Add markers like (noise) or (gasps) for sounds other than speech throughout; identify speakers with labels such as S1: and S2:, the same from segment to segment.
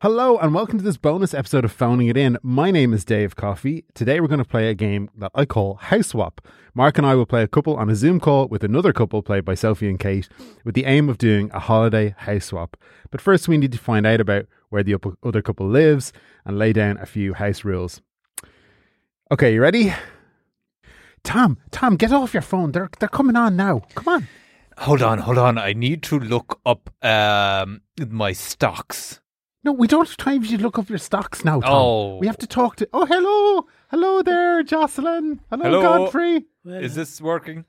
S1: Hello and welcome to this bonus episode of Phoning It In. My name is Dave Coffey. Today we're going to play a game that I call House Swap. Mark and I will play a couple on a Zoom call with another couple played by Sophie and Kate with the aim of doing a holiday house swap. But first we need to find out about where the up- other couple lives and lay down a few house rules. Okay, you ready? Tom, Tom, get off your phone. They're they're coming on now. Come on.
S2: Hold on, hold on. I need to look up um, my stocks.
S1: No, we don't have time for you to look up your stocks now, Tom.
S2: Oh.
S1: We have to talk to. Oh, hello. Hello there, Jocelyn. Hello,
S2: Hello.
S1: Godfrey.
S2: Is this working?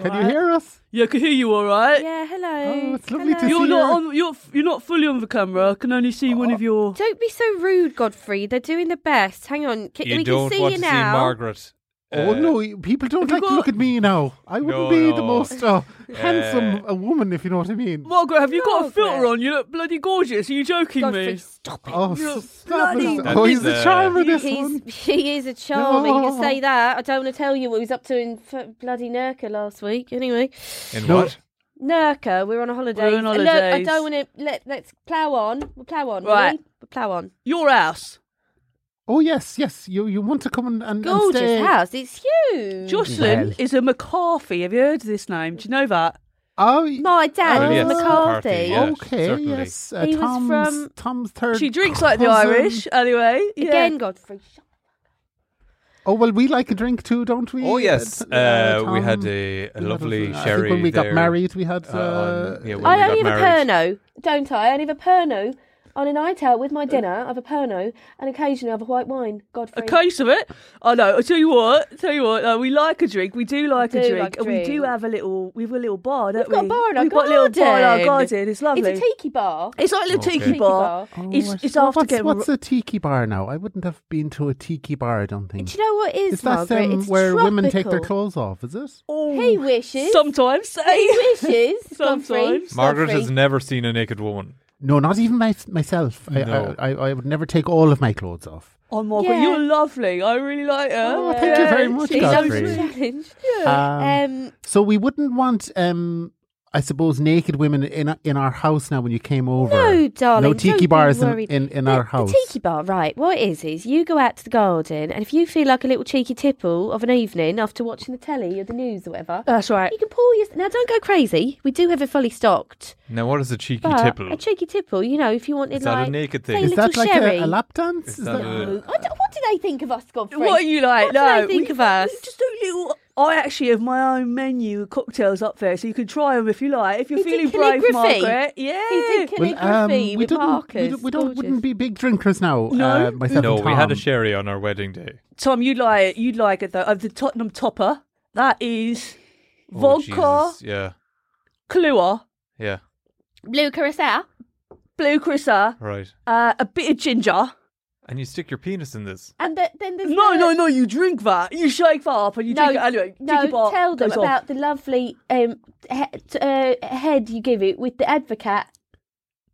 S1: Can you hear us?
S3: Yeah, I can hear you all
S1: (laughs)
S3: right.
S4: Yeah, hello.
S1: Oh, it's lovely to see
S4: Hello.
S3: You're
S1: you.
S3: not on. You're f- you're not fully on the camera. I can only see one of your.
S4: Don't be so rude, Godfrey. They're doing the best. Hang on. Can,
S2: you
S4: we
S2: don't
S4: can see
S2: want
S4: you
S2: to
S4: now.
S2: see Margaret.
S1: oh
S2: Uh,
S1: no, you- people don't like to
S3: got-
S1: look at me now. I wouldn't
S2: (laughs) No,
S1: be the
S2: no.
S1: most uh, handsome uh, woman, if you know what I mean.
S3: Margaret, have you got a
S4: Margaret.
S3: filter on? You look bloody gorgeous. Are you joking
S4: Godfrey,
S3: me?
S4: stop it.
S1: Oh,
S3: You're
S1: stop
S3: bloody-
S1: it. Oh, he's a
S2: That's, uh,
S1: charmer. This
S4: He's,
S1: one.
S4: (laughs) he is a charmer. You
S1: No.
S4: can say that. I don't want to tell you what he was up to in f- bloody Nurka last week. Anyway,
S2: In
S1: No.
S2: what?
S4: Nurka, we're on a holiday. Uh,
S3: We're on
S4: Look, I
S3: holidays.
S4: don't want to. Let, let's plough on. We'll plough on. will
S3: Right.
S4: we? We'll plough on.
S3: Your house,
S1: Oh yes, yes. You you want to come and, and, and
S4: Gorgeous
S1: stay?
S4: house. It's huge.
S3: Jocelyn
S1: Well.
S3: is a McCarthy. Have you heard of this name? Do you know that?
S1: Oh, y-
S4: My
S1: Well,
S4: dad was
S1: yes,
S4: McCarthy. Oh,
S2: McCarthy, yeah.
S1: okay.
S2: certainly.
S1: Yes, uh,
S4: He was
S1: Tom's
S4: from-
S1: Tom's third.
S3: She drinks like the
S1: cousin.
S3: Irish, anyway. Yeah.
S4: Again, Godfrey. shut-
S1: Oh well, we like a drink too, don't we?
S2: Oh yes,
S1: Uh, uh,
S2: uh, we had
S1: Tom?
S2: a, a
S1: We had
S2: lovely
S1: I think
S2: sherry.
S1: when we got
S2: there.
S1: married, we had. Uh,
S2: uh, on- yeah, when
S4: I
S2: we
S4: only
S2: got
S4: have
S2: married.
S4: a Pernod, don't I? I only have a Pernod on a night out with my dinner. I have a Pernod and occasionally I have a white wine.
S3: A
S4: Godfrey.
S3: case of it. I know. I tell you what. Tell you what. No, we like a drink. We do like
S4: We
S3: a
S4: do
S3: drink,
S4: like
S3: and we do
S4: drink.
S3: have a little. We've a little bar, don't
S4: got a
S3: we?
S4: bar in our
S3: We've got a little bar in our
S4: garden.
S3: garden. It's lovely.
S4: It's a tiki bar.
S3: It's like a little
S2: Okay.
S3: tiki
S2: Tiki
S3: bar.
S4: bar.
S1: Oh, I
S3: It's,
S1: see.
S3: it's
S1: Well,
S3: after
S1: what's,
S3: getting
S1: what's a tiki bar now? I wouldn't have been to a tiki bar. I don't think.
S4: Do you know what is,
S1: Is that
S4: Margaret?
S1: um,
S4: it's
S1: where women take their
S4: tropical.
S1: clothes off? Is it?
S3: Oh,
S4: He wishes.
S3: Sometimes.
S4: He
S3: (laughs)
S1: (laughs)
S4: wishes.
S3: Sometimes.
S4: Godfrey.
S2: Margaret has
S4: Godfrey.
S2: never seen a naked woman.
S1: No, not even my, myself. I,
S2: No.
S1: I, I, I would never take all of my clothes off.
S3: Oh, Margaret,
S4: Yeah.
S3: you're lovely. I really like her.
S1: Oh, thank you very much,
S3: she's
S4: He loves
S1: Godfrey.
S4: a
S3: lovely.
S4: challenge.
S1: Um,
S4: Um,
S1: so we wouldn't want, um, I suppose, naked women in in our house now. When you came over,
S4: no, darling.
S1: no
S4: don't
S1: tiki
S4: be
S1: bars in
S4: worried.
S1: in, in
S4: the,
S1: our house.
S4: The tiki bar, right. What it is, is you go out to the garden and if you feel like a little cheeky tipple of an evening after watching the telly or the news or whatever,
S3: That's right.
S4: Uh, You can pull your. Now, don't go crazy. We do have it fully stocked.
S2: Now, what is a cheeky
S4: But
S2: tipple?
S4: a cheeky tipple, you know, if you wanted
S2: Is that a
S4: like.
S2: naked
S4: say
S2: thing?
S1: Is that
S4: little
S1: like
S4: sherry.
S1: a, a lap dance?
S2: Is
S1: Is
S2: that
S1: that-
S4: No. I
S2: a-
S4: don't, what do they think of us, Godfrey?
S3: What are you like?
S4: What do
S3: no,
S4: they think
S3: we-
S4: of us?
S3: we Just do little. I actually have my own menu of cocktails up there, so you can try them if you like. If you're
S4: He
S3: feeling
S4: did
S3: brave,
S4: calligraphy.
S3: Margaret. Yeah.
S4: He did calligraphy
S1: um, we
S4: with
S1: didn't-
S4: markers.
S1: We, don't- we don't,
S4: Gorgeous.
S1: wouldn't be big drinkers now.
S3: No.
S1: uh, myself
S2: no,
S1: and
S2: we had a
S1: Tom.
S2: sherry on our wedding day.
S3: Tom, you'd like you'd like it though. Of the Tottenham topper, that is
S2: Oh,
S3: vodka,
S2: Jesus, Yeah,
S3: Kahlua,
S2: yeah,
S4: Blue curacao.
S3: blue crissa,
S2: right.
S3: uh, a bit of ginger.
S2: And you stick your penis in this.
S4: And the, then there's.
S3: No,
S4: the,
S3: no, no! You drink that. You shake that up, and you
S4: No,
S3: drink it anyway.
S4: no,
S3: Tiki bar
S4: tell them
S3: goes off.
S4: about the lovely um, he- t- uh, head you give it with the advocate.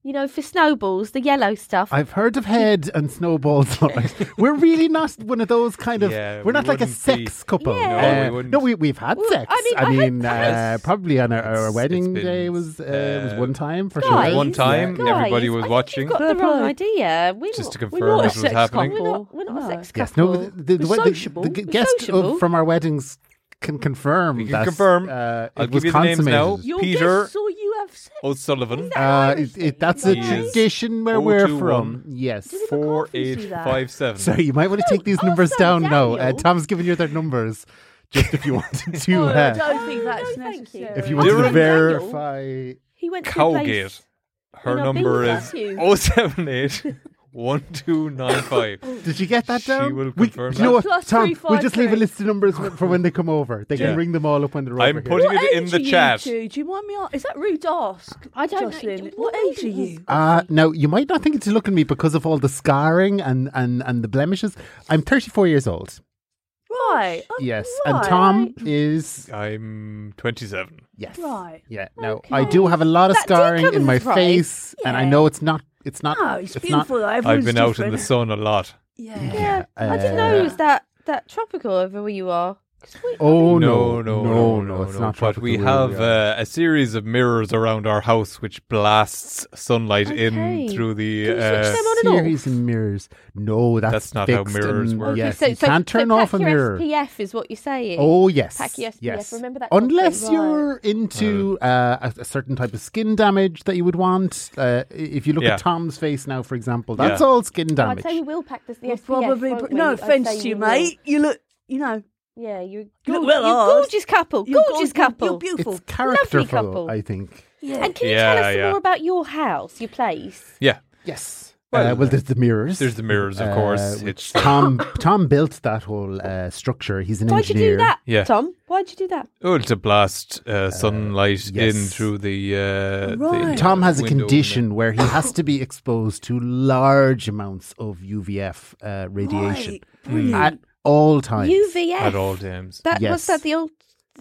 S4: You know, for snowballs, the yellow stuff.
S1: I've heard of head and snowballs. (laughs) all right. we're really not one of those kind of.
S2: Yeah,
S1: we're not
S2: we
S1: like a
S2: wouldn't
S1: sex
S2: be-
S1: couple.
S4: No,
S2: Yeah. we
S1: Uh,
S2: wouldn't.
S1: no, we we've had
S4: Well,
S1: sex.
S4: I mean, I had
S1: uh,
S2: sex.
S1: probably on our,
S2: It's-
S1: our
S2: it's
S1: wedding
S2: been-
S1: day was uh, was
S2: uh,
S1: one time for
S4: Guys,
S1: sure.
S2: One
S1: Yeah.
S2: time,
S4: guys,
S2: everybody was
S4: I think
S2: watching.
S4: You've got the
S3: Fair
S4: wrong
S3: play.
S4: idea. We're
S2: Just to
S4: not-
S3: we're
S2: confirm
S3: not a
S2: this was
S3: sex
S2: happening.
S3: couple.
S4: We're not, we're not a
S3: No.
S4: sex
S1: Yes,
S4: couple.
S1: no, the, the,
S3: We're
S1: the-
S3: sociable.
S1: the g-
S3: We're
S1: guest
S3: sociable.
S1: of- from our weddings can confirm.
S2: We can
S1: that,
S2: confirm.
S1: Uh, it
S2: I'll
S1: was
S2: give you the names now.
S1: consummated.
S3: Your
S2: Peter- Oh,
S3: guest saw you have sex.
S2: O'Sullivan,
S1: Uh, it, it, that's a
S2: He is
S1: tradition where we're
S2: 021.
S1: from. Yes.
S3: Does it-
S2: four
S3: McCarthy's
S2: eight
S3: do that?
S2: five seven.
S1: Sorry, you might want to take these
S4: oh,
S1: numbers
S4: sorry,
S1: down now. Uh,
S4: Daniel.
S1: Tom's given you their numbers just if you
S3: (laughs)
S1: wanted to.
S3: Oh, I
S1: Uh,
S3: don't think that's
S4: no, thank you.
S3: necessary.
S1: if you
S2: want
S1: wanted to
S2: During-
S1: verify.
S4: He went to a
S2: Cowgate.
S4: place.
S2: Her
S4: in
S2: number
S4: Ibiza.
S2: is 078 1295.
S1: Did you get that
S2: She
S1: down?
S2: will
S1: We-
S2: confirm
S1: you know
S2: that.
S1: what,
S3: Plus
S1: Tom,
S3: three,
S1: we'll
S3: five,
S1: just leave a
S3: three.
S1: list of numbers for when they come over. They can
S2: Yeah.
S1: ring them all up when they're
S2: I'm
S1: over here.
S2: putting-
S3: What
S2: it in
S3: age
S2: the
S3: are you
S2: chat.
S3: two? Do you mind me? a- Is that rude to ask?
S4: I don't know.
S3: Jocelyn,
S4: What
S3: What age
S4: age
S3: are
S4: are
S3: you?
S4: you?
S1: Uh, now, you might not think it's looking at me because of all the scarring and, and, and the blemishes. I'm 34 years old.
S3: Right. oh,
S1: Yes. And
S3: right.
S1: Tom is.
S2: I'm 27.
S1: Yes.
S3: Right.
S1: Yeah. Now, I do have a lot of
S4: That did
S1: scarring
S4: come
S1: in
S4: as
S1: my
S4: a surprise.
S1: face, and I
S3: Yeah. Ah.
S1: know it's not. It's not.
S3: No, it's,
S1: it's not
S3: beautiful. Not,
S2: I've been out in the sun a lot.
S3: (laughs) Yeah.
S4: Yeah, I didn't
S1: Uh,
S4: know it was that, that tropical over where you are.
S1: Oh
S2: no,
S1: no,
S2: no,
S1: no, no, it's not.
S2: But
S1: tropical
S2: we
S1: wheel,
S2: have
S1: yeah.
S2: uh, a series of mirrors around our house which blasts sunlight in
S4: Okay.
S2: through the.
S4: Can you switch
S2: Uh,
S4: them on and off?
S1: series of mirrors. No, that's,
S2: That's not how
S1: fixed
S2: mirrors
S1: and-
S2: work. Okay,
S1: Yes,
S4: so,
S1: you can't turn off a mirror.
S4: SPF is what you're saying.
S1: Oh yes,
S4: Pack your SPF,
S1: yes.
S4: remember that
S1: Unless
S4: concept, right.
S1: you're
S2: Mm.
S1: into uh, a, a certain type of skin damage that you would want. Uh, i- if you look
S2: Yeah.
S1: at Tom's face now, for example,
S2: Yeah.
S1: that's all skin
S4: Oh, I'd
S1: damage.
S4: say we will pack this the
S3: We'll
S4: SPF.
S3: probably,
S4: won't
S3: but
S4: we?
S3: no
S4: I'd say
S3: offence to you,
S4: will.
S3: mate. You look, you know,
S4: Yeah, you're a
S3: You
S4: gorgeous,
S3: look well
S4: you're
S3: off.
S4: gorgeous couple.
S3: you're
S4: gorgeous
S3: gor- you're-
S4: couple.
S3: You're beautiful.
S1: it's characterful,
S4: couple.
S1: I think.
S3: yeah.
S4: And can you
S2: Yeah,
S4: tell us some
S2: yeah.
S4: more about your house, your place?
S2: yeah,
S1: Yes.
S2: Well,
S1: Well, uh, well, there's the mirrors.
S2: there's the mirrors, of course.
S1: Uh,
S2: It's
S1: which Tom Tom built that whole uh, structure. He's an
S4: Why'd you
S1: engineer.
S4: do that,
S2: Yeah.
S4: Tom? Why'd you do that?
S2: oh, to blast uh, sunlight in
S1: yes.
S2: through the. Uh, the
S3: Right.
S1: Tom has a
S2: window in (laughs)
S1: condition where he has to be exposed to large amounts of UVF uh, radiation
S3: Right. Brilliant.
S2: Mm.
S1: at all times.
S4: UVF.
S2: the- At all times.
S4: That
S1: Yes.
S4: was that the old.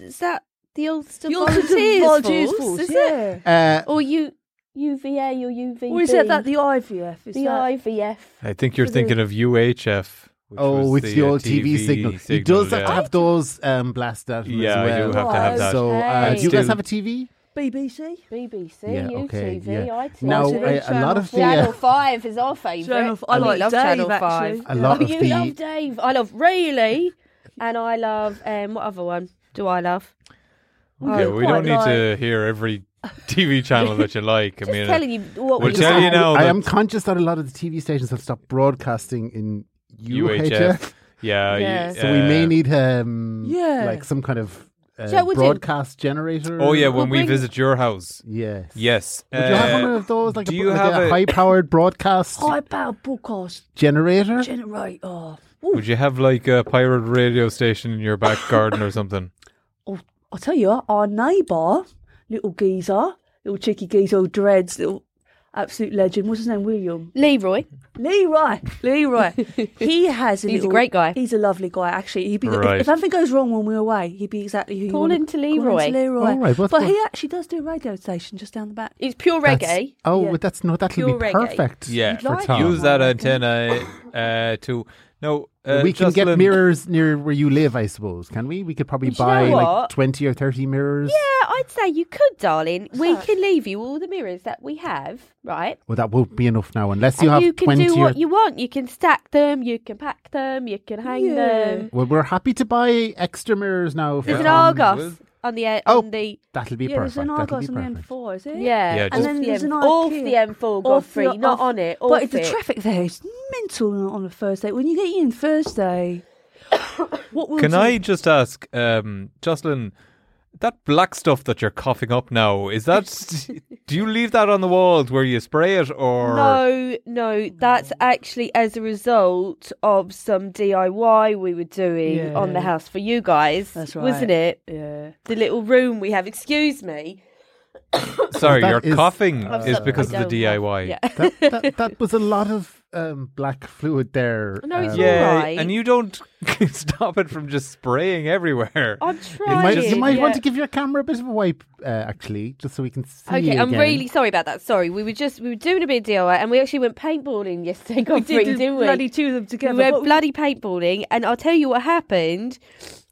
S4: Is that the old stuff?
S3: You're the
S4: volunteers,
S3: volunteers
S4: force,
S3: force,
S4: is it?
S3: yeah.
S1: Uh,
S4: Or you UVA or UVB?
S3: Or is that, that the IVF? Is
S4: the
S3: that,
S4: IVF?
S2: I think you're
S3: For the-
S2: thinking of UHF. Which
S1: Oh,
S2: was
S1: it's the,
S2: uh,
S1: old TV, signal. He does have to have those um, blasted out of him
S2: Yeah,
S1: as
S2: I
S1: well.
S2: do have to have that.
S1: So, uh,
S4: Okay.
S1: do you guys
S2: Still-
S1: have a TV?
S3: BBC?
S4: BBC,
S1: Yeah, okay,
S4: UTV,
S1: yeah.
S4: ITV.
S1: Now,
S3: TV
S1: I, a lot
S3: channel.
S1: of the
S4: Channel
S1: uh,
S4: Five is our favourite.
S3: Channel f- I
S4: We
S3: like
S4: love
S3: Dave,
S4: Channel
S3: actually.
S4: Five.
S1: a lot
S4: oh,
S1: of
S4: you
S1: the
S4: love Dave. I love Really, and I love um, what other one do I love?
S2: Yeah,
S4: Oh,
S2: we
S3: quite
S2: don't need to
S3: like-
S2: hear every TV channel that you like. I
S4: (laughs) Just
S2: mean, uh,
S4: telling you what
S2: we'll
S4: we
S2: tell
S4: love.
S2: you now
S1: I
S2: that
S1: am conscious that a lot of the TV stations have stopped broadcasting in UHF,
S2: UHF. Yeah,
S4: Yeah.
S1: so we may need um,
S3: Yeah.
S1: like some kind of
S4: So
S1: uh,
S4: would you-
S1: broadcast generator.
S2: Oh yeah, when
S4: We'll
S2: we
S4: bring-
S2: visit your house.
S1: yes.
S2: Yes.
S1: Would you have
S2: uh,
S1: one of those, like,
S2: do
S1: a,
S2: you
S1: like
S2: have
S1: a,
S2: a-
S1: high-powered broadcast
S4: Oh,
S3: High power broadcast
S1: generator?
S3: generator.
S2: would you have like a pirate radio station in
S1: (laughs)
S2: your back garden or something?
S3: Oh, I'll tell you, our neighbour, little geezer, little cheeky geezer, who dreads, little absolute legend. What's his name? William
S4: Leroy.
S3: Leroy.
S4: (laughs)
S3: Leroy. he has. A
S4: He's a
S3: little-
S4: great guy.
S3: He's a lovely guy. Actually, he'd be. if-
S2: Right.
S3: If, something goes wrong when we're away, he'd be exactly who.
S4: Call
S3: you
S4: him
S3: want
S4: to
S3: Call
S4: Leroy.
S3: him to Leroy.
S1: All right, what's-
S3: but
S1: what-
S3: he actually does do a radio station just down the back.
S4: It's pure
S1: That's-
S4: reggae.
S1: Oh,
S3: Yeah.
S1: well, that's no, that'll
S4: Pure
S1: be
S4: reggae.
S1: perfect.
S2: Yeah.
S1: for
S3: like
S1: Tom.
S2: Use that antenna
S1: eh,
S2: uh, to no. Uh,
S1: we can get
S2: Jocelyn-
S1: mirrors near where you live, I suppose. Can we? We could probably
S4: Do you know
S1: buy like
S4: what?
S1: twenty or thirty mirrors.
S4: Yeah, I'd say you could, darling. We can leave you all the mirrors that we have, right?
S1: Well, that won't be enough now, unless you
S4: and
S1: have
S4: you can
S1: twenty.
S4: do
S1: or,
S4: what you want. You can stack them, you can pack them, you can hang
S3: Yeah.
S4: them.
S1: well, we're happy to buy extra mirrors now. For
S4: There's an
S1: Tom.
S4: Argos on the air,
S1: Oh.
S4: on the
S1: That'll be
S3: yeah,
S1: perfect.
S3: there's an
S1: that'll
S3: Argos
S1: be
S3: on the
S1: perfect.
S3: M4, is it?
S4: yeah,
S2: Yeah,
S4: and
S2: just-
S4: then
S3: And
S4: there's
S3: there's
S4: an
S3: an
S4: off the
S3: Ikea.
S4: M4 gone
S3: Off the-
S4: free, not
S3: off-
S4: on it. Off
S3: But the
S4: it.
S3: traffic there is mental on a Thursday. When you get in Thursday, (coughs) what will
S2: Can
S3: do-
S2: I just ask, um, Jocelyn? That black stuff that you're coughing up now, is
S4: (laughs)
S2: that. do you leave that on the walls where you spray it or.
S4: No, no, that's actually as a result of some DIY we were doing
S3: Yeah.
S4: on the house for you guys,
S3: That's
S4: wasn't
S3: right.
S4: it?
S3: Yeah.
S4: The little room we have. Excuse me.
S2: Sorry,
S1: That
S2: your
S1: is-
S2: coughing
S1: I'm
S2: is
S1: sorry,
S2: Uh, because
S4: I
S2: of the
S4: don't have-
S2: DIY.
S4: Yeah.
S1: that, that, that was a lot of um, black fluid there.
S4: No, it's
S1: um,
S4: all
S2: Yeah,
S4: right.
S2: and you don't (laughs) stop it from just spraying everywhere.
S4: (laughs) I'm
S1: You
S4: trying.
S1: might, you might
S4: yeah.
S1: want to give your camera a bit of a wipe, uh, actually, just so we can see.
S4: Okay, I'm
S1: again.
S4: really sorry about that. Sorry, we were just we were doing a bit of DIY and we actually went paintballing yesterday.
S3: We
S4: God
S3: did
S4: free,
S3: do
S4: didn't we?
S3: bloody two of them together.
S4: we went
S3: What-
S4: bloody paintballing, and I'll tell you what happened.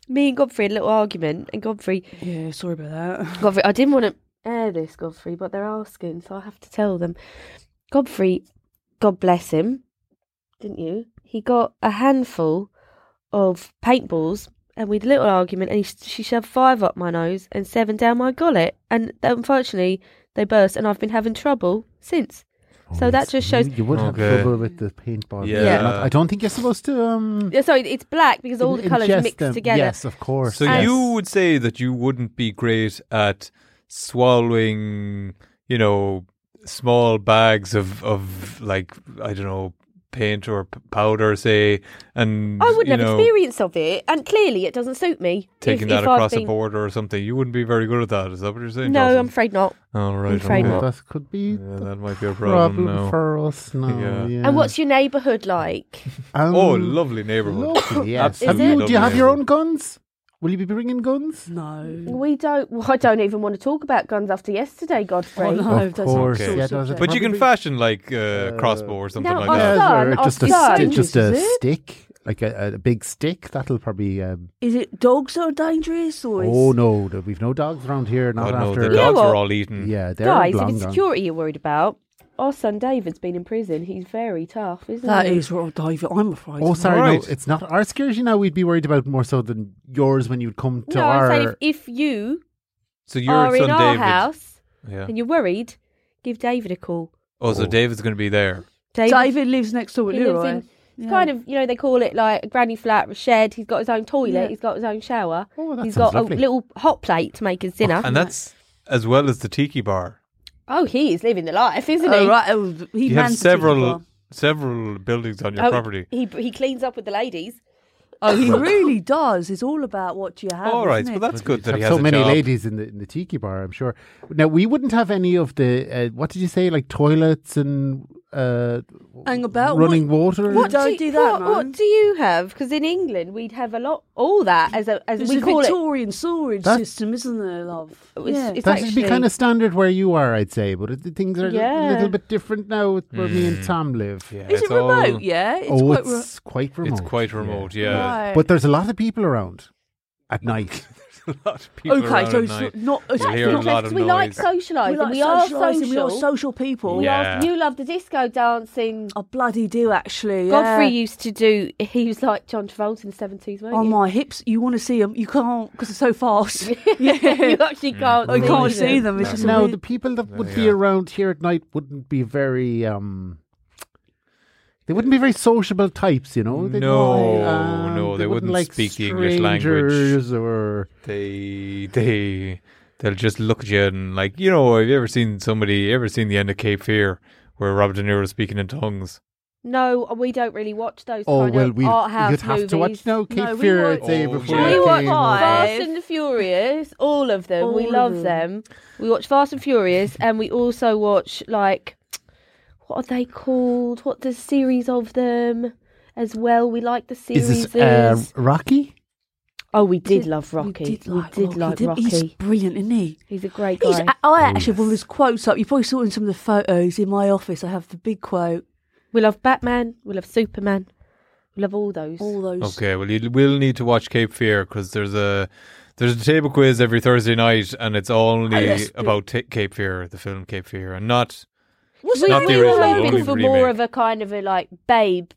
S4: Me and Godfrey had a little argument, and Godfrey,
S3: Yeah, sorry about that. (laughs)
S4: Godfrey, I didn't want to air this, Godfrey, but they're asking, so I have to tell them. Godfrey, God bless him, didn't you? He got a handful of paintballs, and we had a little argument, and he, she shoved five up my nose and seven down my gullet, and unfortunately they burst, and I've been having trouble since. So that just shows.
S1: You, you would
S2: Oh, Okay.
S1: have trouble with the paintball.
S2: Yeah.
S4: Yeah.
S1: I don't think you're supposed to. Um,
S4: Yeah, Sorry, it's black because all the
S1: in-
S4: colours
S1: ingest
S4: mixed
S1: them.
S4: together.
S1: Yes, of course.
S2: So
S1: yes.
S2: you would say that you wouldn't be great at swallowing, you know, small bags of of like I don't know paint or p- powder, say, and
S4: I wouldn't
S2: you
S4: have
S2: know,
S4: experience of it, and clearly it doesn't suit me.
S2: taking
S4: if,
S2: that
S4: if I've
S2: across the
S4: been-
S2: border or something. You wouldn't be very good at that. Is that what you're saying?
S4: No, I'm
S2: Jocelyn?
S4: afraid not.
S2: All right,
S4: afraid
S2: okay.
S4: not.
S1: that could be
S2: Yeah,
S1: the
S2: that might be a problem.
S1: problem
S2: now.
S1: for us now.
S2: Yeah.
S1: Yeah.
S4: And what's your neighbourhood like?
S2: (laughs)
S1: Um,
S2: oh, lovely neighborhood.
S1: lovely, yes. Have
S4: Absolutely
S1: you, do you have
S2: lovely.
S1: your own guns? Will you be bringing guns?
S3: No.
S4: we don't. Well, I don't even want to talk about guns after yesterday, Godfrey.
S3: Oh, no,
S1: Of
S3: that's not
S1: course,
S3: the sort
S2: yeah,
S3: of
S1: does it-
S3: subject.
S2: But you can
S1: Probably-
S2: fashion like uh,
S1: Uh,
S2: crossbow or something
S4: now
S2: like
S4: I'll
S2: that.
S4: stop. son,
S1: or
S4: our
S1: just a
S4: son-
S1: sti- just a
S3: Is it?
S1: stick. like a, a big stick. That'll probably. Um,
S3: Is it dogs that are dangerous or is
S1: oh no, th- we've no dogs around here. Not
S2: God, no,
S1: after.
S2: the
S4: You know
S2: dogs Mm. are
S4: what?
S2: all eaten.
S1: Yeah, they're
S4: Guys, if
S1: long
S4: it's
S1: gone.
S4: security you're worried about, our son David's been in prison. He's very tough, isn't
S3: that
S4: he?
S3: is what David? I'm afraid.
S1: Oh,
S3: of.
S1: sorry,
S2: Right.
S1: no, it's not our security now. We'd be worried about more so than yours when you'd come to
S4: No,
S1: our.
S4: I'm saying if, if you
S2: So your
S3: Oh,
S4: are
S2: son
S4: in our
S2: David.
S4: house
S2: Yeah.
S4: and you're worried, give David a call.
S2: Oh, so
S1: Oh.
S2: David's going to be there.
S3: David lives next door with
S4: He lives
S3: Leroy.
S4: in- It's kind of, you know, they call it like a granny flat, a shed. He's got his own toilet.
S3: Yeah.
S4: He's got his own shower.
S1: oh, that
S4: He's
S1: sounds
S4: got
S1: lovely.
S4: a little hot plate to make his dinner.
S2: And that's as well as the tiki bar.
S4: oh, he is living the life, isn't he?
S3: Oh, right. oh, he
S2: you have
S3: mans the
S2: several
S3: ticket
S2: several buildings on your
S4: Oh,
S2: property.
S4: He he cleans up with the ladies.
S3: bar. Oh, (laughs) he really does. It's all about what you have.
S2: All right,
S3: isn't
S2: well
S3: it?
S2: that's good that
S1: have
S2: he has
S1: so
S2: a
S1: many
S2: job.
S1: ladies in the in the tiki bar. I'm sure. Now we wouldn't have any of the uh, what did you say like toilets and uh,
S3: Hang about.
S1: running water.
S3: what- Don't
S4: you-
S3: do that,
S4: What, what
S3: man.
S4: do you have? Because in England, we'd have a lot, all that as a as
S3: There's
S4: we
S3: a
S4: call it.
S3: Victorian sewerage
S1: That-
S3: system, isn't there, love?
S4: It's- it's
S1: That should be
S4: actually-
S1: kind of standard where you are, I'd say. But it, things are a
S4: Yeah.
S1: little bit different now with where me and Tom live.
S2: Mm. Yeah,
S3: Is
S2: it's
S3: it remote?
S2: all-
S3: Yeah, it's
S1: oh,
S3: quite re-
S1: it's quite remote.
S2: It's quite remote, yeah.
S3: Right.
S1: But there's a lot of people around at
S2: (laughs)
S1: night.
S2: There's (laughs) a lot of people
S3: okay,
S2: around
S3: Oh, so
S2: at
S3: it's
S2: night.
S3: not. not it's
S2: You'll hear
S3: not-
S2: a lot
S4: Because
S2: of
S4: we like
S2: noise.
S4: socialising.
S3: we, like
S4: we are
S3: socialising,
S4: social.
S3: we are social people.
S4: We are-
S2: Yeah.
S4: you love the disco dancing.
S3: I bloody do actually. yeah.
S4: Godfrey used to do. He was like John Travolta in the seventies, weren't
S3: Oh
S4: (laughs) you?
S3: my hips! You want to see them? You can't because they're so fast. yeah,
S4: you actually
S2: Hmm.
S4: can't.
S3: I can't
S4: see
S3: see them. It's just
S1: now,
S3: weird-
S1: the people that would
S2: Yeah.
S1: be around here at night wouldn't be very. um they wouldn't be very sociable types, you know. They'd
S2: No,
S1: um,
S2: no, they wouldn't
S1: like
S2: speak the English language.
S1: strangers Or
S2: they they they'll just look at you and like you know have you ever seen somebody you ever seen the end of Cape Fear where Robert De Niro is speaking in tongues
S4: No, uh, we don't really watch those.
S1: oh
S4: kind
S1: well,
S4: of
S1: we
S4: art house
S1: you'd have
S4: movies.
S1: to watch no Cape
S3: No, we
S1: Fear.
S3: watch-
S1: I'd say
S2: Oh,
S1: before
S2: yeah.
S1: you
S4: We
S1: came
S4: watch
S1: over.
S3: Five.
S4: Fast and the Furious, all of them. we
S3: All
S4: love
S3: of
S4: them. We watch Fast and
S1: (laughs)
S4: Furious, and we also watch like what are they called? What the series of them as well? We like the series.
S1: Is this uh, Rocky?
S4: oh, we did love Rocky.
S3: We did like,
S4: did like
S3: didn't-
S4: Rocky.
S3: He's
S4: He's,
S3: brilliant, isn't he?
S4: a great
S3: He's,
S4: guy.
S3: I, I actually have all his quotes up. You probably saw it in some of the photos in my office. I have the big quote,
S4: we love Batman. We love Superman. We love all those.
S3: all those.
S2: okay well you will need to watch Cape Fear because there's a there's a table quiz every Thursday night and
S1: (laughs)
S2: it's only
S3: yes.
S2: about ta Cape Fear the film Cape Fear and not
S4: we
S2: Not the
S4: we
S2: original,
S4: were
S2: only
S4: hoping
S2: the
S4: for more
S2: remake.
S4: of a kind of a like babe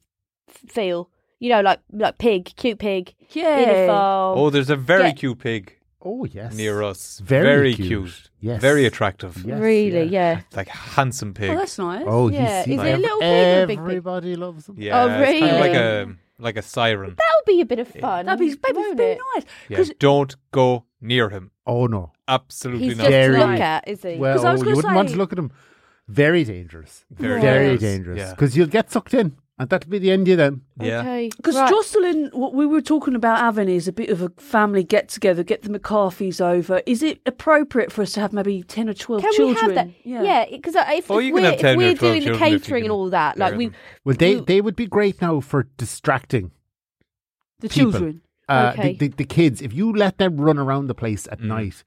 S4: f- feel. You know, like like pig, cute pig.
S3: Yeah.
S4: In a farm.
S2: oh there's a very
S4: Yeah.
S2: cute pig
S1: Oh yes,
S2: near us
S1: Very
S2: cute,
S1: cute. Yes.
S2: very attractive
S1: Yes,
S4: really,
S1: yeah.
S4: yeah.
S2: like handsome pig
S3: Oh, that's nice.
S1: Oh,
S4: Yeah,
S1: he's seen
S4: is
S2: it a
S4: little pig or a big pig?
S1: Everybody loves him.
S2: yeah
S4: Oh,
S2: it's kind of like
S4: really?
S2: a like a siren
S4: That would be a bit of fun.
S3: That'd be, that'd be
S4: wouldn't
S3: very
S4: it?
S3: nice.
S2: yeah don't go near him
S1: Oh no.
S2: absolutely
S4: He's
S2: not
S4: just
S1: Very-
S4: to look at, is he?
S1: Well,
S3: I was
S1: you
S3: gonna
S1: wouldn't want to
S3: say-
S1: look at him. Very dangerous.
S2: Very
S1: Very
S2: dangerous.
S1: dangerous.
S2: Yeah.
S1: Because you'll get sucked in, and that'll be the end of you then.
S2: yeah
S4: Okay.
S3: Because
S4: right.
S3: Jocelyn, what we were talking about having is a bit of a family get together, get the McCarthys over. Is it appropriate for us to have maybe 10 or 12
S4: can
S3: children?
S4: we have that? Yeah, because if,
S2: Oh,
S4: if
S2: you can
S4: we're,
S2: have 10 or
S4: if we're
S2: 12
S4: doing the
S2: children if you
S4: catering and
S2: can
S4: all that, like
S2: bear
S4: we
S2: them.
S1: Well, they,
S4: Mm.
S1: they would be great now for distracting
S3: The
S1: people.
S3: children.
S1: uh,
S4: Okay.
S1: the, the, the kids. If you let them run around the place
S2: Mm.
S1: at night,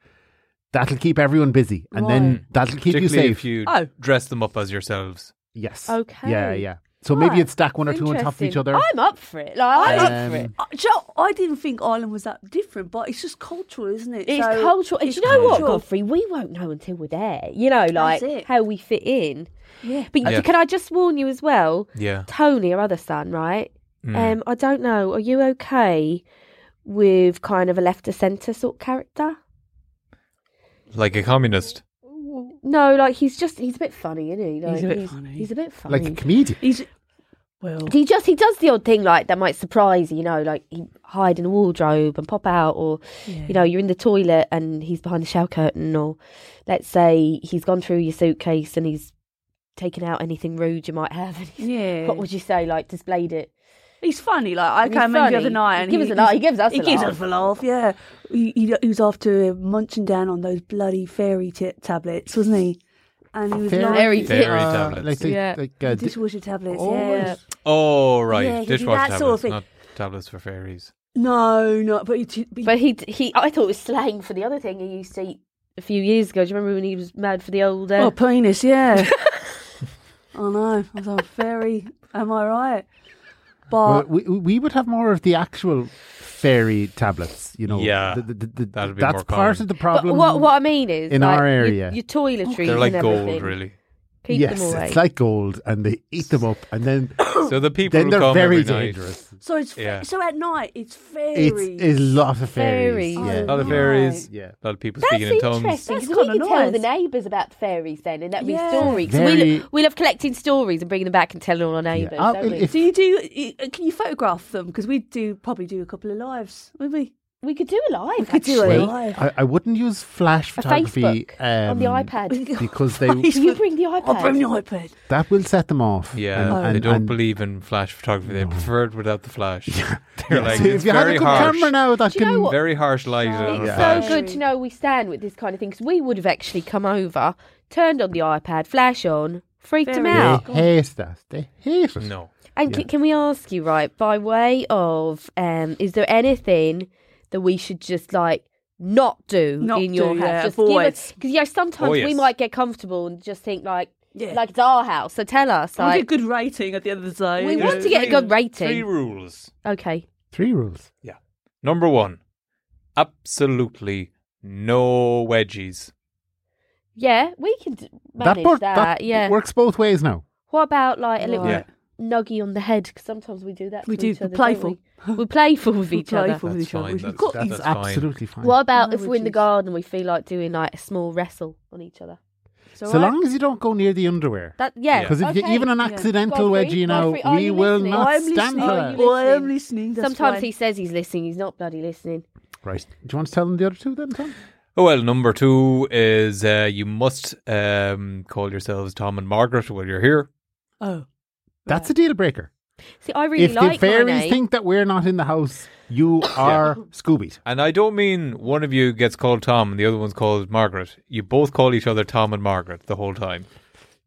S1: that'll keep everyone busy, and then that'll keep you
S2: Particularly
S1: safe.
S2: if you
S3: Oh.
S2: dress them up as yourselves.
S1: yes.
S4: Okay.
S1: Yeah, yeah. So maybe
S4: Right.
S1: you'd stack one or two on top of each
S4: Interesting.
S1: other.
S4: I'm up for it. Like, I'm up for
S1: Um,
S4: it.
S3: Uh, Joe, I didn't think Ireland was that different, but it's just cultural, isn't it?
S4: It's
S3: So-
S4: cultural. And
S3: it's
S4: do you know what,
S3: cultural.
S4: Godfrey? We won't know until we're there. You know, like
S3: it.
S4: how we fit in.
S3: Yeah.
S4: But
S2: Yeah.
S4: can I just warn you as well?
S2: Yeah.
S4: Tony, our other son, right?
S3: Mm.
S4: Um, I don't know. Are you okay with kind of a left to centre sort of character?
S2: Like a communist.
S4: No, like he's just he's a bit funny, isn't he? Like,
S3: a bit funny.
S4: He's a bit funny.
S1: like a comedian.
S3: He's, well,
S4: he just he does the odd thing like that might surprise you, you know, like he hide in a wardrobe and pop out, or you know, you're in the toilet and he's behind the shower curtain, or let's say he's gone through your suitcase and he's taken out anything rude you might have. And he's,
S3: yeah.
S4: What would you say? Like displayed it.
S3: He's funny. Like I
S4: He's
S3: came in the
S4: funny.
S3: other night, and
S4: He gives a laugh. He gives us
S3: He
S4: a
S3: gives
S4: laugh.
S3: us a laugh. Yeah, he, he, he was after munching down on those bloody fairy t- tablets, wasn't he? And he was
S1: Fairy-
S3: like,
S4: Very
S2: Fairy
S4: different.
S1: Uh,
S2: tablets.
S1: Like, the-
S4: Yeah.
S1: like, uh, di-
S3: dishwasher tablets.
S1: Oh,
S3: Yeah.
S1: right.
S2: Oh, right.
S3: Yeah, he did
S2: Dishwasher
S3: that
S2: tablets,
S3: sort of thing.
S2: not tablets for fairies.
S3: No, no, but, he, t- but he-
S4: But he he I thought it was slang for the other thing he used to eat a few years ago. Do you remember when he was mad for the old?
S3: oh
S4: Uh, (laughs)
S3: penis, yeah. I know. I was like, fairy. Am I right?
S1: Well,
S4: Oh.
S3: But
S1: we we would have more of the actual fairy tablets, you know.
S2: Yeah,
S1: the, the, the, the-
S2: that'd be
S1: that's
S2: more
S1: part
S2: common.
S1: of the Oh, problem.
S4: But what what I mean is
S1: in
S4: like,
S1: our
S4: your-
S1: area.
S4: your, toiletries.
S2: They're like
S4: and everything.
S2: gold, (gasps) really.
S4: Keep
S1: yes,
S4: them away.
S1: it's like gold, and they eat them up, and then
S2: So the people
S1: then
S2: who
S1: they're
S2: come
S1: very
S2: every night.
S1: dangerous.
S3: so it's fa-
S2: yeah.
S3: so at night it's
S1: It's
S3: fairies.
S1: a lot of fairies.
S4: Fairies.
S1: Yeah.
S2: A lot of fairies.
S1: yeah.
S2: A lot of people
S4: That's
S2: speaking in tongues.
S4: interesting.
S3: That's
S4: 'cause we
S3: kinda
S4: can tell
S3: nice.
S4: the neighbours about the fairies then, and that'd be
S3: Yeah.
S4: a story. 'Cause
S1: Very-
S4: we, we love collecting stories and bringing them back and telling all our neighbours.
S1: I'll-
S4: don't we?
S1: if-
S3: Do you do? you- uh, Can you photograph them? Because we do probably do a couple of lives, would we?
S4: we could do a live.
S3: We could do a
S4: actually.
S1: Well,
S3: live.
S1: I, I wouldn't use flash
S4: A
S1: photography
S4: Facebook on the
S1: um,
S4: iPad.
S3: (laughs)
S1: because they
S4: Can you bring the iPad?
S3: I'll bring the iPad.
S1: that will set them off.
S2: Yeah,
S1: And-
S2: they
S1: and-
S2: don't
S1: and- (laughs)
S2: believe in flash photography. They prefer it without the flash. They're
S1: Yeah,
S2: like,
S1: so
S2: it's
S1: if you had a
S2: very
S1: good
S2: harsh.
S1: camera now, that
S4: Do you know
S1: can
S4: what?
S2: Very harsh light. on a
S4: It's
S1: Yeah.
S2: flash.
S4: so good to know we stand with this kind of thing because we would have actually come over, turned on the iPad, flash on, freaked them
S3: Very
S1: they
S4: out.
S3: Yeah.
S1: hate that. They hate it.
S2: No.
S4: And c- can we ask you, right, by way of, um, is there anything that we should just like not do
S3: Not
S4: in your
S3: do,
S4: house?
S3: yeah,
S4: just
S3: avoid.
S4: because you know sometimes
S2: Oh,
S4: we
S2: yes.
S4: might get comfortable and just think like,
S3: Yeah.
S4: like it's our house. So tell us,
S3: I want
S4: like,
S3: a good rating at the end of the day.
S4: We
S3: you
S4: want
S3: know.
S4: to get a good rating.
S2: Three rules.
S4: okay,
S1: Three rules.
S2: Number one, absolutely no wedgies.
S4: yeah, we can d- manage that.
S1: that, part-
S4: yeah.
S1: works both ways now.
S4: What about like a little
S2: Yeah.
S4: nuggy on the head? Because sometimes we do that.
S3: We
S4: to
S3: do,
S4: Each
S3: we're
S4: other, don't
S3: playful.
S4: We? We're
S3: (laughs)
S4: playful with each other.
S3: Playful with
S2: That's
S3: each other.
S2: fine,
S3: We've
S2: that's-
S3: got
S2: that's
S3: these
S2: fine.
S3: apps.
S1: Absolutely fine.
S4: What about
S3: No,
S4: if we're in the
S3: wedgies.
S4: garden? We feel like doing like a small wrestle on each other. It's
S1: So
S4: alright?
S1: long as you don't go near the underwear.
S4: that yeah,
S2: Yeah.
S1: Because if
S4: okay.
S1: you, even an
S3: yeah.
S1: accidental
S4: Godfrey,
S1: wedgie now,
S4: Godfrey, are
S1: we
S4: you
S1: will
S4: listening?
S1: not
S3: I'm
S1: stand
S3: listening.
S1: for
S4: Are
S1: that.
S4: you
S3: I am
S4: listening?
S3: listening. That's
S4: sometimes
S3: fine.
S4: he says he's listening, he's not bloody listening.
S1: Right. Do you want to tell them the other two then, Tom?
S2: Oh, well, number two is uh, you must um, call yourselves Tom and Margaret while you're here.
S3: Oh,
S1: That's a deal breaker.
S4: See, I really
S1: if
S4: like
S1: the fairies
S4: my name.
S1: think that we're not in the house, you are Scoobied.
S2: And I don't mean one of you gets called Tom and the other one's called Margaret. You both call each other Tom and Margaret the whole time.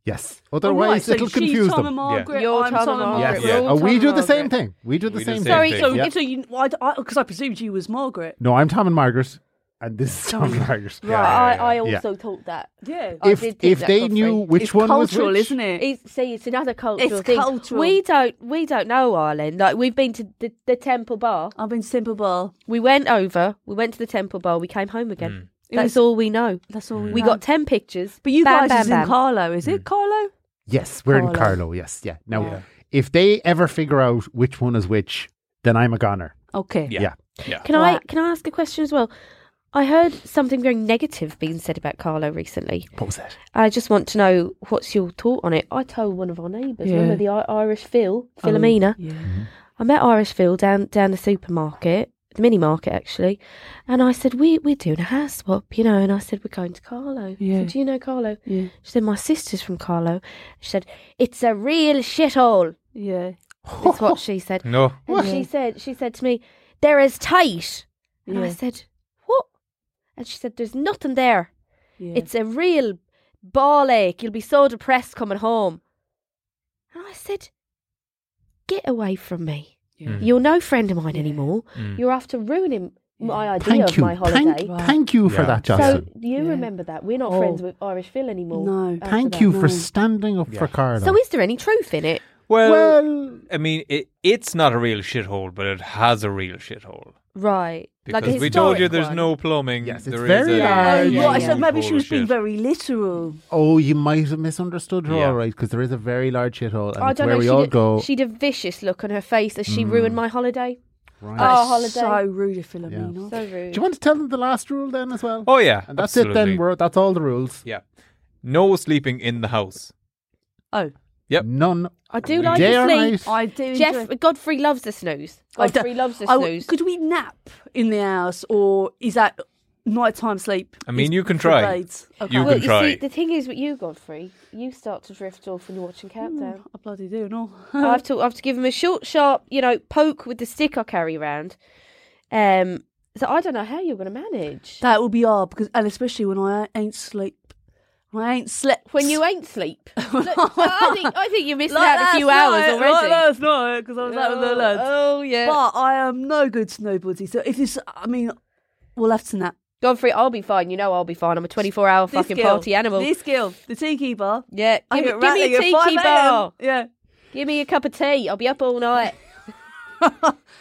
S1: Yes.
S3: All right,
S1: Otherwise,
S3: so
S1: it'll
S3: she's
S1: confuse
S3: Tom
S1: them.
S3: And Margaret,
S4: You're
S3: I'm
S4: Tom and
S2: Margaret.
S1: Yes.
S2: Yes.
S1: Oh, we
S4: Tom
S1: do
S4: and
S1: the same
S4: Margaret.
S1: thing. We do the
S2: We do
S1: same thing.
S2: the same
S4: Sorry,
S2: thing.
S3: So,
S1: Yeah.
S3: so you, because I, 'cause I presumed you was Margaret.
S1: No, I'm Tom and Margaret, and this is Tom and Margaret.
S4: Right,
S2: Yeah, yeah,
S4: I, I
S2: yeah.
S4: also taught that.
S3: Yeah,
S4: I
S1: If
S4: did think
S1: if
S4: that,
S1: they
S4: Godfrey.
S1: knew which
S3: it's
S1: one
S3: cultural,
S1: was which,
S3: isn't it?
S4: It's, see, it's another cultural
S3: It's
S4: thing.
S3: cultural.
S4: We don't, we don't know Ireland. Like we've been to the, the Temple Bar.
S3: I've been simple bar.
S4: We went over. We went to the Temple Bar. We came home again.
S1: Mm.
S3: It
S4: That's
S3: was-
S4: all we know.
S3: That's all we,
S4: We
S3: know.
S4: got ten pictures.
S3: But you
S4: bam,
S3: guys
S4: bam,
S3: is in
S4: bam.
S3: Carlo, is
S2: Mm.
S3: it Carlo?
S1: Yes, we're in
S3: Carlo.
S1: Carlo. Yes, yeah. Now,
S2: Yeah.
S1: if they ever figure out which one is which, then I'm a goner.
S3: Okay.
S2: Yeah.
S1: Yeah.
S2: Yeah.
S4: Can I
S3: Right.
S4: can I ask a question as well? I heard something very negative being said about Carlo recently.
S1: What was that?
S4: I just want to know what's your thought on it. I told one of our neighbours,
S3: Yeah. Oh.
S4: remember the I- Irish Phil, Philomena.
S3: Yeah.
S4: I met Irish Phil down down the supermarket, the mini market actually, and I said we we're doing a house swap, you know, and I said we're going to Carlo. I
S3: Yeah.
S4: said, Do you know Carlo?
S2: Mm-hmm.
S3: Yeah.
S4: She said my sister's from Carlo. She said it's a real shithole.
S3: Yeah.
S4: That's what
S3: (laughs)
S4: she said.
S2: No.
S4: And she said, she said to me, "There is tight." And Oh, I
S3: Yeah.
S4: said, "What?" And she said, "There's nothing there.
S3: Yeah.
S4: It's a real ball ache. You'll be so depressed coming home." And I said, "Get away from me.
S3: Yeah.
S1: Mm.
S4: You're no friend of mine
S3: Yeah.
S4: anymore.
S2: Mm.
S4: You're after ruining my idea
S1: Thank
S4: of
S1: you.
S4: my holiday."
S1: Thank,
S3: Wow.
S1: thank you for
S2: Yeah.
S1: that,
S4: so
S1: Jocelyn.
S4: you
S3: Yeah.
S4: remember that we're not
S3: Oh.
S4: friends with Irish Phil anymore.
S3: No.
S4: after
S1: thank
S4: that. Mm.
S1: you
S3: No.
S1: for standing up
S2: Yeah.
S1: for Carlo.
S4: So is there any truth in it?
S2: Well,
S1: well,
S2: I mean, it, it's not a real shithole, but it has a real shithole.
S4: Right.
S2: Because
S4: like a
S2: we told you
S4: historic
S2: there's
S4: one.
S2: no plumbing.
S1: Yes, it's
S2: there is
S1: very
S2: a-
S1: large.
S3: Oh,
S4: Yeah,
S3: right,
S4: yeah,
S3: So maybe
S2: Full
S3: she
S2: of
S3: was being
S2: shit.
S3: very literal.
S1: oh, you might have misunderstood her,
S2: Yeah.
S1: all right, because there is a very large shithole, and
S4: Oh, I
S1: it's
S4: don't
S1: where
S4: know.
S1: we
S4: she'd,
S1: all go.
S4: she'd a vicious look on her face as she
S1: Mm.
S4: ruined my holiday.
S1: Right.
S4: Oh,
S3: That's
S4: holiday.
S3: So rude of Philomena.
S4: So
S1: Do
S4: rude.
S1: you want to tell them the last rule then as well?
S2: Oh yeah,
S1: and that's it
S2: absolutely.
S1: then. We're, that's all the rules.
S2: Yeah, no sleeping in the house.
S3: Oh,
S2: Yep.
S1: None.
S4: I do like
S1: Day or
S4: to sleep.
S1: night.
S3: I do. enjoy-
S4: Jeff Godfrey loves the snooze.
S3: I do-
S4: Godfrey loves the
S3: I w-
S4: snooze.
S3: Could we nap in the house, or is that nighttime sleep?
S2: I mean,
S3: is
S2: you can try.
S3: forbade? Okay.
S2: You
S4: well,
S2: can
S4: you
S2: try.
S4: see, the thing is with you, Godfrey, you start to drift off when you're watching Countdown.
S3: I bloody do, no.
S4: I've to I've to give him a short, sharp, you know, poke with the stick I carry around. Um, so I don't know how you're going to
S3: (laughs)
S4: manage
S3: That will be hard because, and especially when I ain't sleep, when I ain't slept.
S4: when you ain't sleep. (laughs) Look, I think I think you're missing out a few
S3: last
S4: hours
S3: night,
S4: already.
S3: Like last night because I was out with the lads.
S4: oh yeah,
S3: But I am no good snowboardy. So if this, I mean, we'll have to nap.
S4: Godfrey, I'll be fine. You know, I'll be fine. I'm a 24 hour
S3: This
S4: fucking
S3: girl-
S4: party animal.
S3: This girl, the tiki bar.
S4: Yeah,
S3: I
S4: give, me-
S3: get
S4: give me a
S3: rattling at
S4: tiki
S3: 5 a.m.
S4: bar.
S3: Yeah.
S4: (laughs) Give me a cup of tea. I'll be up all night.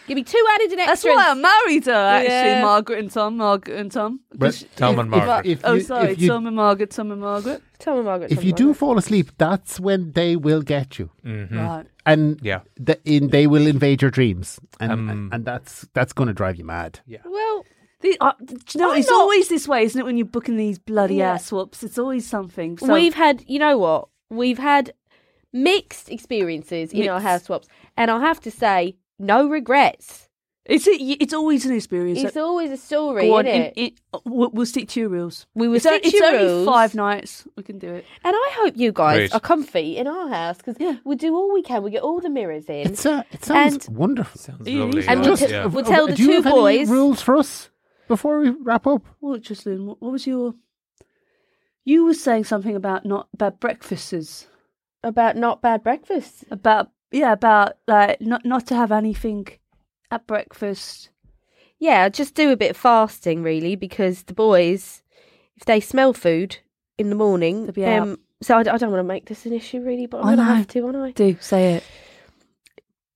S4: Give me two added and
S3: That's
S4: extras.
S3: why I married her, actually,
S4: Yeah.
S3: Margaret and Tom, Margaret and Tom. 'Cause
S1: But
S3: she-
S2: Tom
S1: if-
S2: and
S1: if-
S2: Margaret.
S1: if
S3: oh,
S1: you-
S3: sorry,
S1: if you-
S3: Tom and Margaret, Tom and Margaret.
S4: Tom and Margaret.
S1: if
S4: Tom
S1: you
S4: and
S1: do
S4: Margaret.
S1: fall asleep, that's when they will get you,
S3: Right.
S1: and
S2: Yeah.
S1: the, in, they will invade your dreams, and
S2: Um,
S1: and that's that's going to drive you mad.
S4: well,
S3: The, uh, do you know,
S4: I'm
S3: it's
S4: not-
S3: always this way, isn't it? When you're booking these bloody
S4: Yeah.
S3: ass swaps, it's always something. So,
S4: we've had. You know what? We've had mixed experiences in our
S3: Mixed.
S4: house swaps, and I have to say, no regrets.
S3: it's a, it's always an experience.
S4: It's always a story,
S3: Go on,
S4: isn't
S3: in-
S4: it?
S3: in- uh, we'll, we'll stick to your rules.
S4: We will
S3: it's o-
S4: stick to
S3: it's
S4: your
S3: only
S4: rules.
S3: five nights. We can do it.
S4: And I hope you guys
S2: Great.
S4: are comfy in our house because
S3: Yeah.
S4: we'll do all we can. We'll get all the mirrors in.
S1: It's uh, it sounds
S4: And-
S1: wonderful. Oh,
S2: Sounds
S3: Yeah,
S2: lovely.
S3: you
S4: And
S2: yeah.
S4: we'll, t-
S2: yeah.
S4: we'll tell the
S1: do you
S4: two
S1: have any
S4: boys.
S1: rules for us before we wrap up.
S3: Well, just Lynn, what, what was your? You were saying something about not about breakfasts,
S4: about not bad breakfasts.
S3: about yeah, about like not not to have anything at breakfast.
S4: Yeah, just do a bit of fasting really because the boys, if they smell food in the morning, um,
S3: They'll be out.
S4: so I, I don't want to make this an issue really, but
S3: I
S4: I'm going to
S3: know.
S4: have to, aren't I?
S3: Do say it.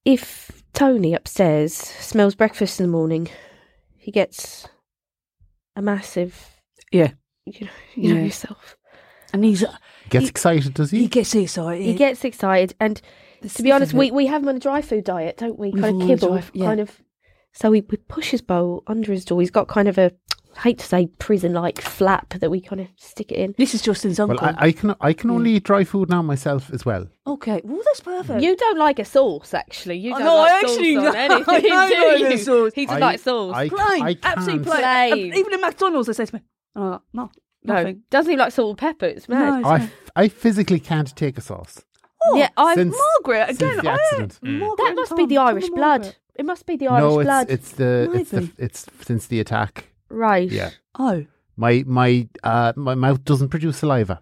S4: If Tony upstairs smells breakfast in the morning, he gets a massive
S3: Yeah.
S4: You know, (laughs) you know
S3: Yeah.
S4: yourself.
S3: And he's
S1: Gets
S3: He-
S1: excited, does he?
S3: he gets excited.
S4: He gets excited, and
S3: This
S4: to be
S3: is
S4: honest,
S3: it.
S4: we, we have him on a dry food diet, don't we?
S3: We've
S4: kind
S3: all
S4: of
S3: on a
S4: kibble,
S3: dry f- yeah.
S4: kind of. So we, we push his bowl under his door. He's got kind of a, I hate to say prison like flap that we kind of stick it in.
S3: This is Justin's uncle.
S1: well, I, I can I can
S3: Yeah.
S1: only eat dry food now myself as well.
S3: okay, well that's perfect.
S4: You don't like a sauce, actually. You
S3: Oh,
S4: don't
S3: no,
S4: like
S3: (laughs) I
S4: sauce
S3: actually
S4: on
S3: don't-
S4: anything,
S3: I don't
S4: do
S3: like
S4: you?
S3: the sauce.
S4: He doesn't
S1: I-
S4: like sauce.
S1: I-
S3: plain,
S1: I
S3: absolutely
S1: can't.
S3: plain. Uh,
S4: Plain.
S3: Even at McDonald's, they say to me, "Oh no,
S4: no,
S3: nothing."
S4: doesn't he like salt and pepper? It's mad.
S3: No.
S1: I, f- I physically can't take a sauce.
S3: Oh,
S4: Yeah, I,
S1: Since-
S3: Margaret
S1: since
S3: again.
S1: the
S3: I-
S1: accident.
S2: Mm.
S3: Margaret
S4: that
S3: and
S4: must be
S3: Tom,
S4: the
S3: Tom and
S4: Irish blood.
S3: Margaret.
S4: It must be the Irish
S1: no, it's
S4: blood,
S1: it's the it's the
S3: Maybe.
S1: it's since the attack.
S4: right?
S1: Yeah,
S3: Oh,
S1: my my uh my mouth doesn't produce saliva.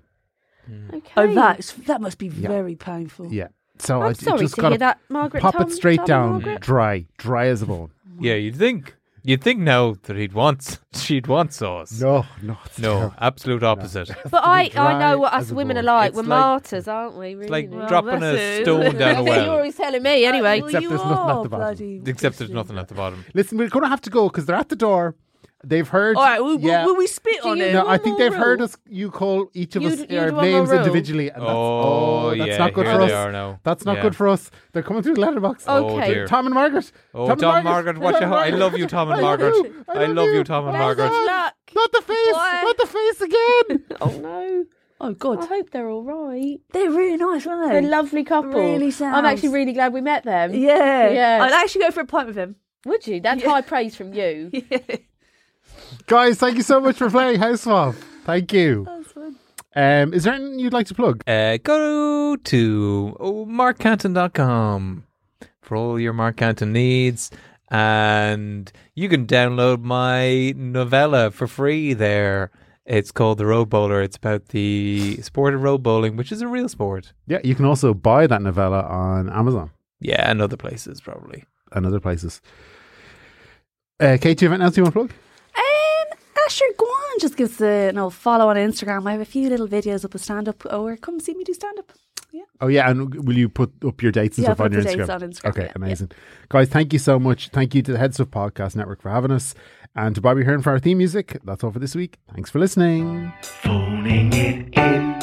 S4: Okay.
S3: oh, that's that must be
S1: Yeah.
S3: very painful.
S1: Yeah, so
S4: Oh. I'm
S1: I
S4: sorry
S1: just
S4: to
S1: got
S4: hear that, Margaret.
S1: pop
S4: Tom,
S1: it straight
S4: Tom,
S1: down,
S4: Margaret.
S1: dry, dry as a bone.
S2: Yeah, you'd think you'd think now that he'd want (laughs) she'd want sauce.
S1: No, no, it's
S2: No,
S1: terrible. (laughs)
S2: absolute opposite.
S4: But I, I
S1: dry
S4: know what
S1: as
S4: us
S1: a
S4: women are
S1: bone.
S4: like.
S2: It's
S4: We're
S2: like-
S4: martyrs, aren't we? Really?
S2: It's like
S3: Well,
S2: dropping
S3: that's
S2: a
S3: it.
S2: stone
S4: (laughs)
S2: down a
S4: That's what you're
S2: well.
S4: always telling me, anyway. (laughs)
S1: Except
S3: you
S1: there's nothing at
S3: are
S1: the bottom.
S3: bloody
S2: Except there's
S3: Christian.
S2: nothing at the bottom.
S1: Listen, we're going to have to go because they're at the door. They've heard.
S3: All right, will, will-
S1: yeah.
S3: will we spit
S4: Do
S3: on
S4: you
S3: it?
S4: know-
S1: no,
S4: One
S1: I think
S4: more
S1: they've
S4: row.
S1: heard us. You call each of us
S4: You'd-
S1: our
S4: you'd want more
S1: names
S4: row.
S1: individually, and that's,
S2: Oh,
S1: oh, that's
S2: yeah,
S1: not good
S2: here
S1: for
S2: they
S1: us.
S2: are now.
S1: That's not
S2: Yeah.
S1: good for us. They're coming through the letterbox.
S2: Oh
S4: Okay.
S2: dear.
S1: Tom and Margaret.
S2: Oh, Tom, Margaret, watch out! I love
S1: (laughs)
S2: you, Tom and Margaret.
S1: do,
S2: I love you, Tom and
S1: Oh,
S2: Margaret.
S1: God. Not the face.
S4: Why?
S1: Not the face again.
S3: (laughs)
S4: Oh no!
S3: Oh
S4: I
S3: God,
S4: hope they're all right.
S3: they're really nice, aren't
S4: They're
S3: they?
S4: a lovely couple.
S3: Really
S4: I'm
S3: sounds-
S4: actually really glad we met them.
S3: yeah,
S4: Yeah.
S3: I'd actually go for a pint with him. (laughs)
S4: Would you? That's
S3: Yeah.
S4: high praise
S2: (laughs)
S4: from you.
S1: Guys, thank you so much for playing House Swap. Thank you. Um, is there anything you'd like to plug?
S2: Uh, go to oh, markcanton.com for all your Mark Canton needs. And you can download my novella for free there. It's called The Road Bowler. It's about the sport of road bowling, which is a real sport.
S1: Yeah, you can also buy that novella on Amazon
S2: Yeah, and other places probably.
S1: and other places. Uh, Kate, do you have anything else you want to plug?
S3: Um, Asher Guan just gives the an old follow on Instagram. I have a few little videos up of stand up, or come see me do stand up.
S1: Oh yeah, and will you put up your dates and
S3: Yeah,
S1: stuff on
S3: put
S1: your
S3: the
S1: Instagram?
S3: dates on Instagram,
S1: Okay,
S3: yeah,
S1: amazing, guys. Thank you so much. Thank you to the Heads Up Podcast Network for having us, and to Bobby Hearn for our theme music. That's all for this week. Thanks for listening.
S5: Phoning it in.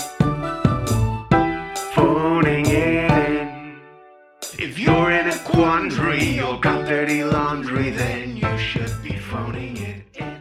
S5: Phoning it in. If you're in a quandary or got dirty laundry, then you should be phoning it in.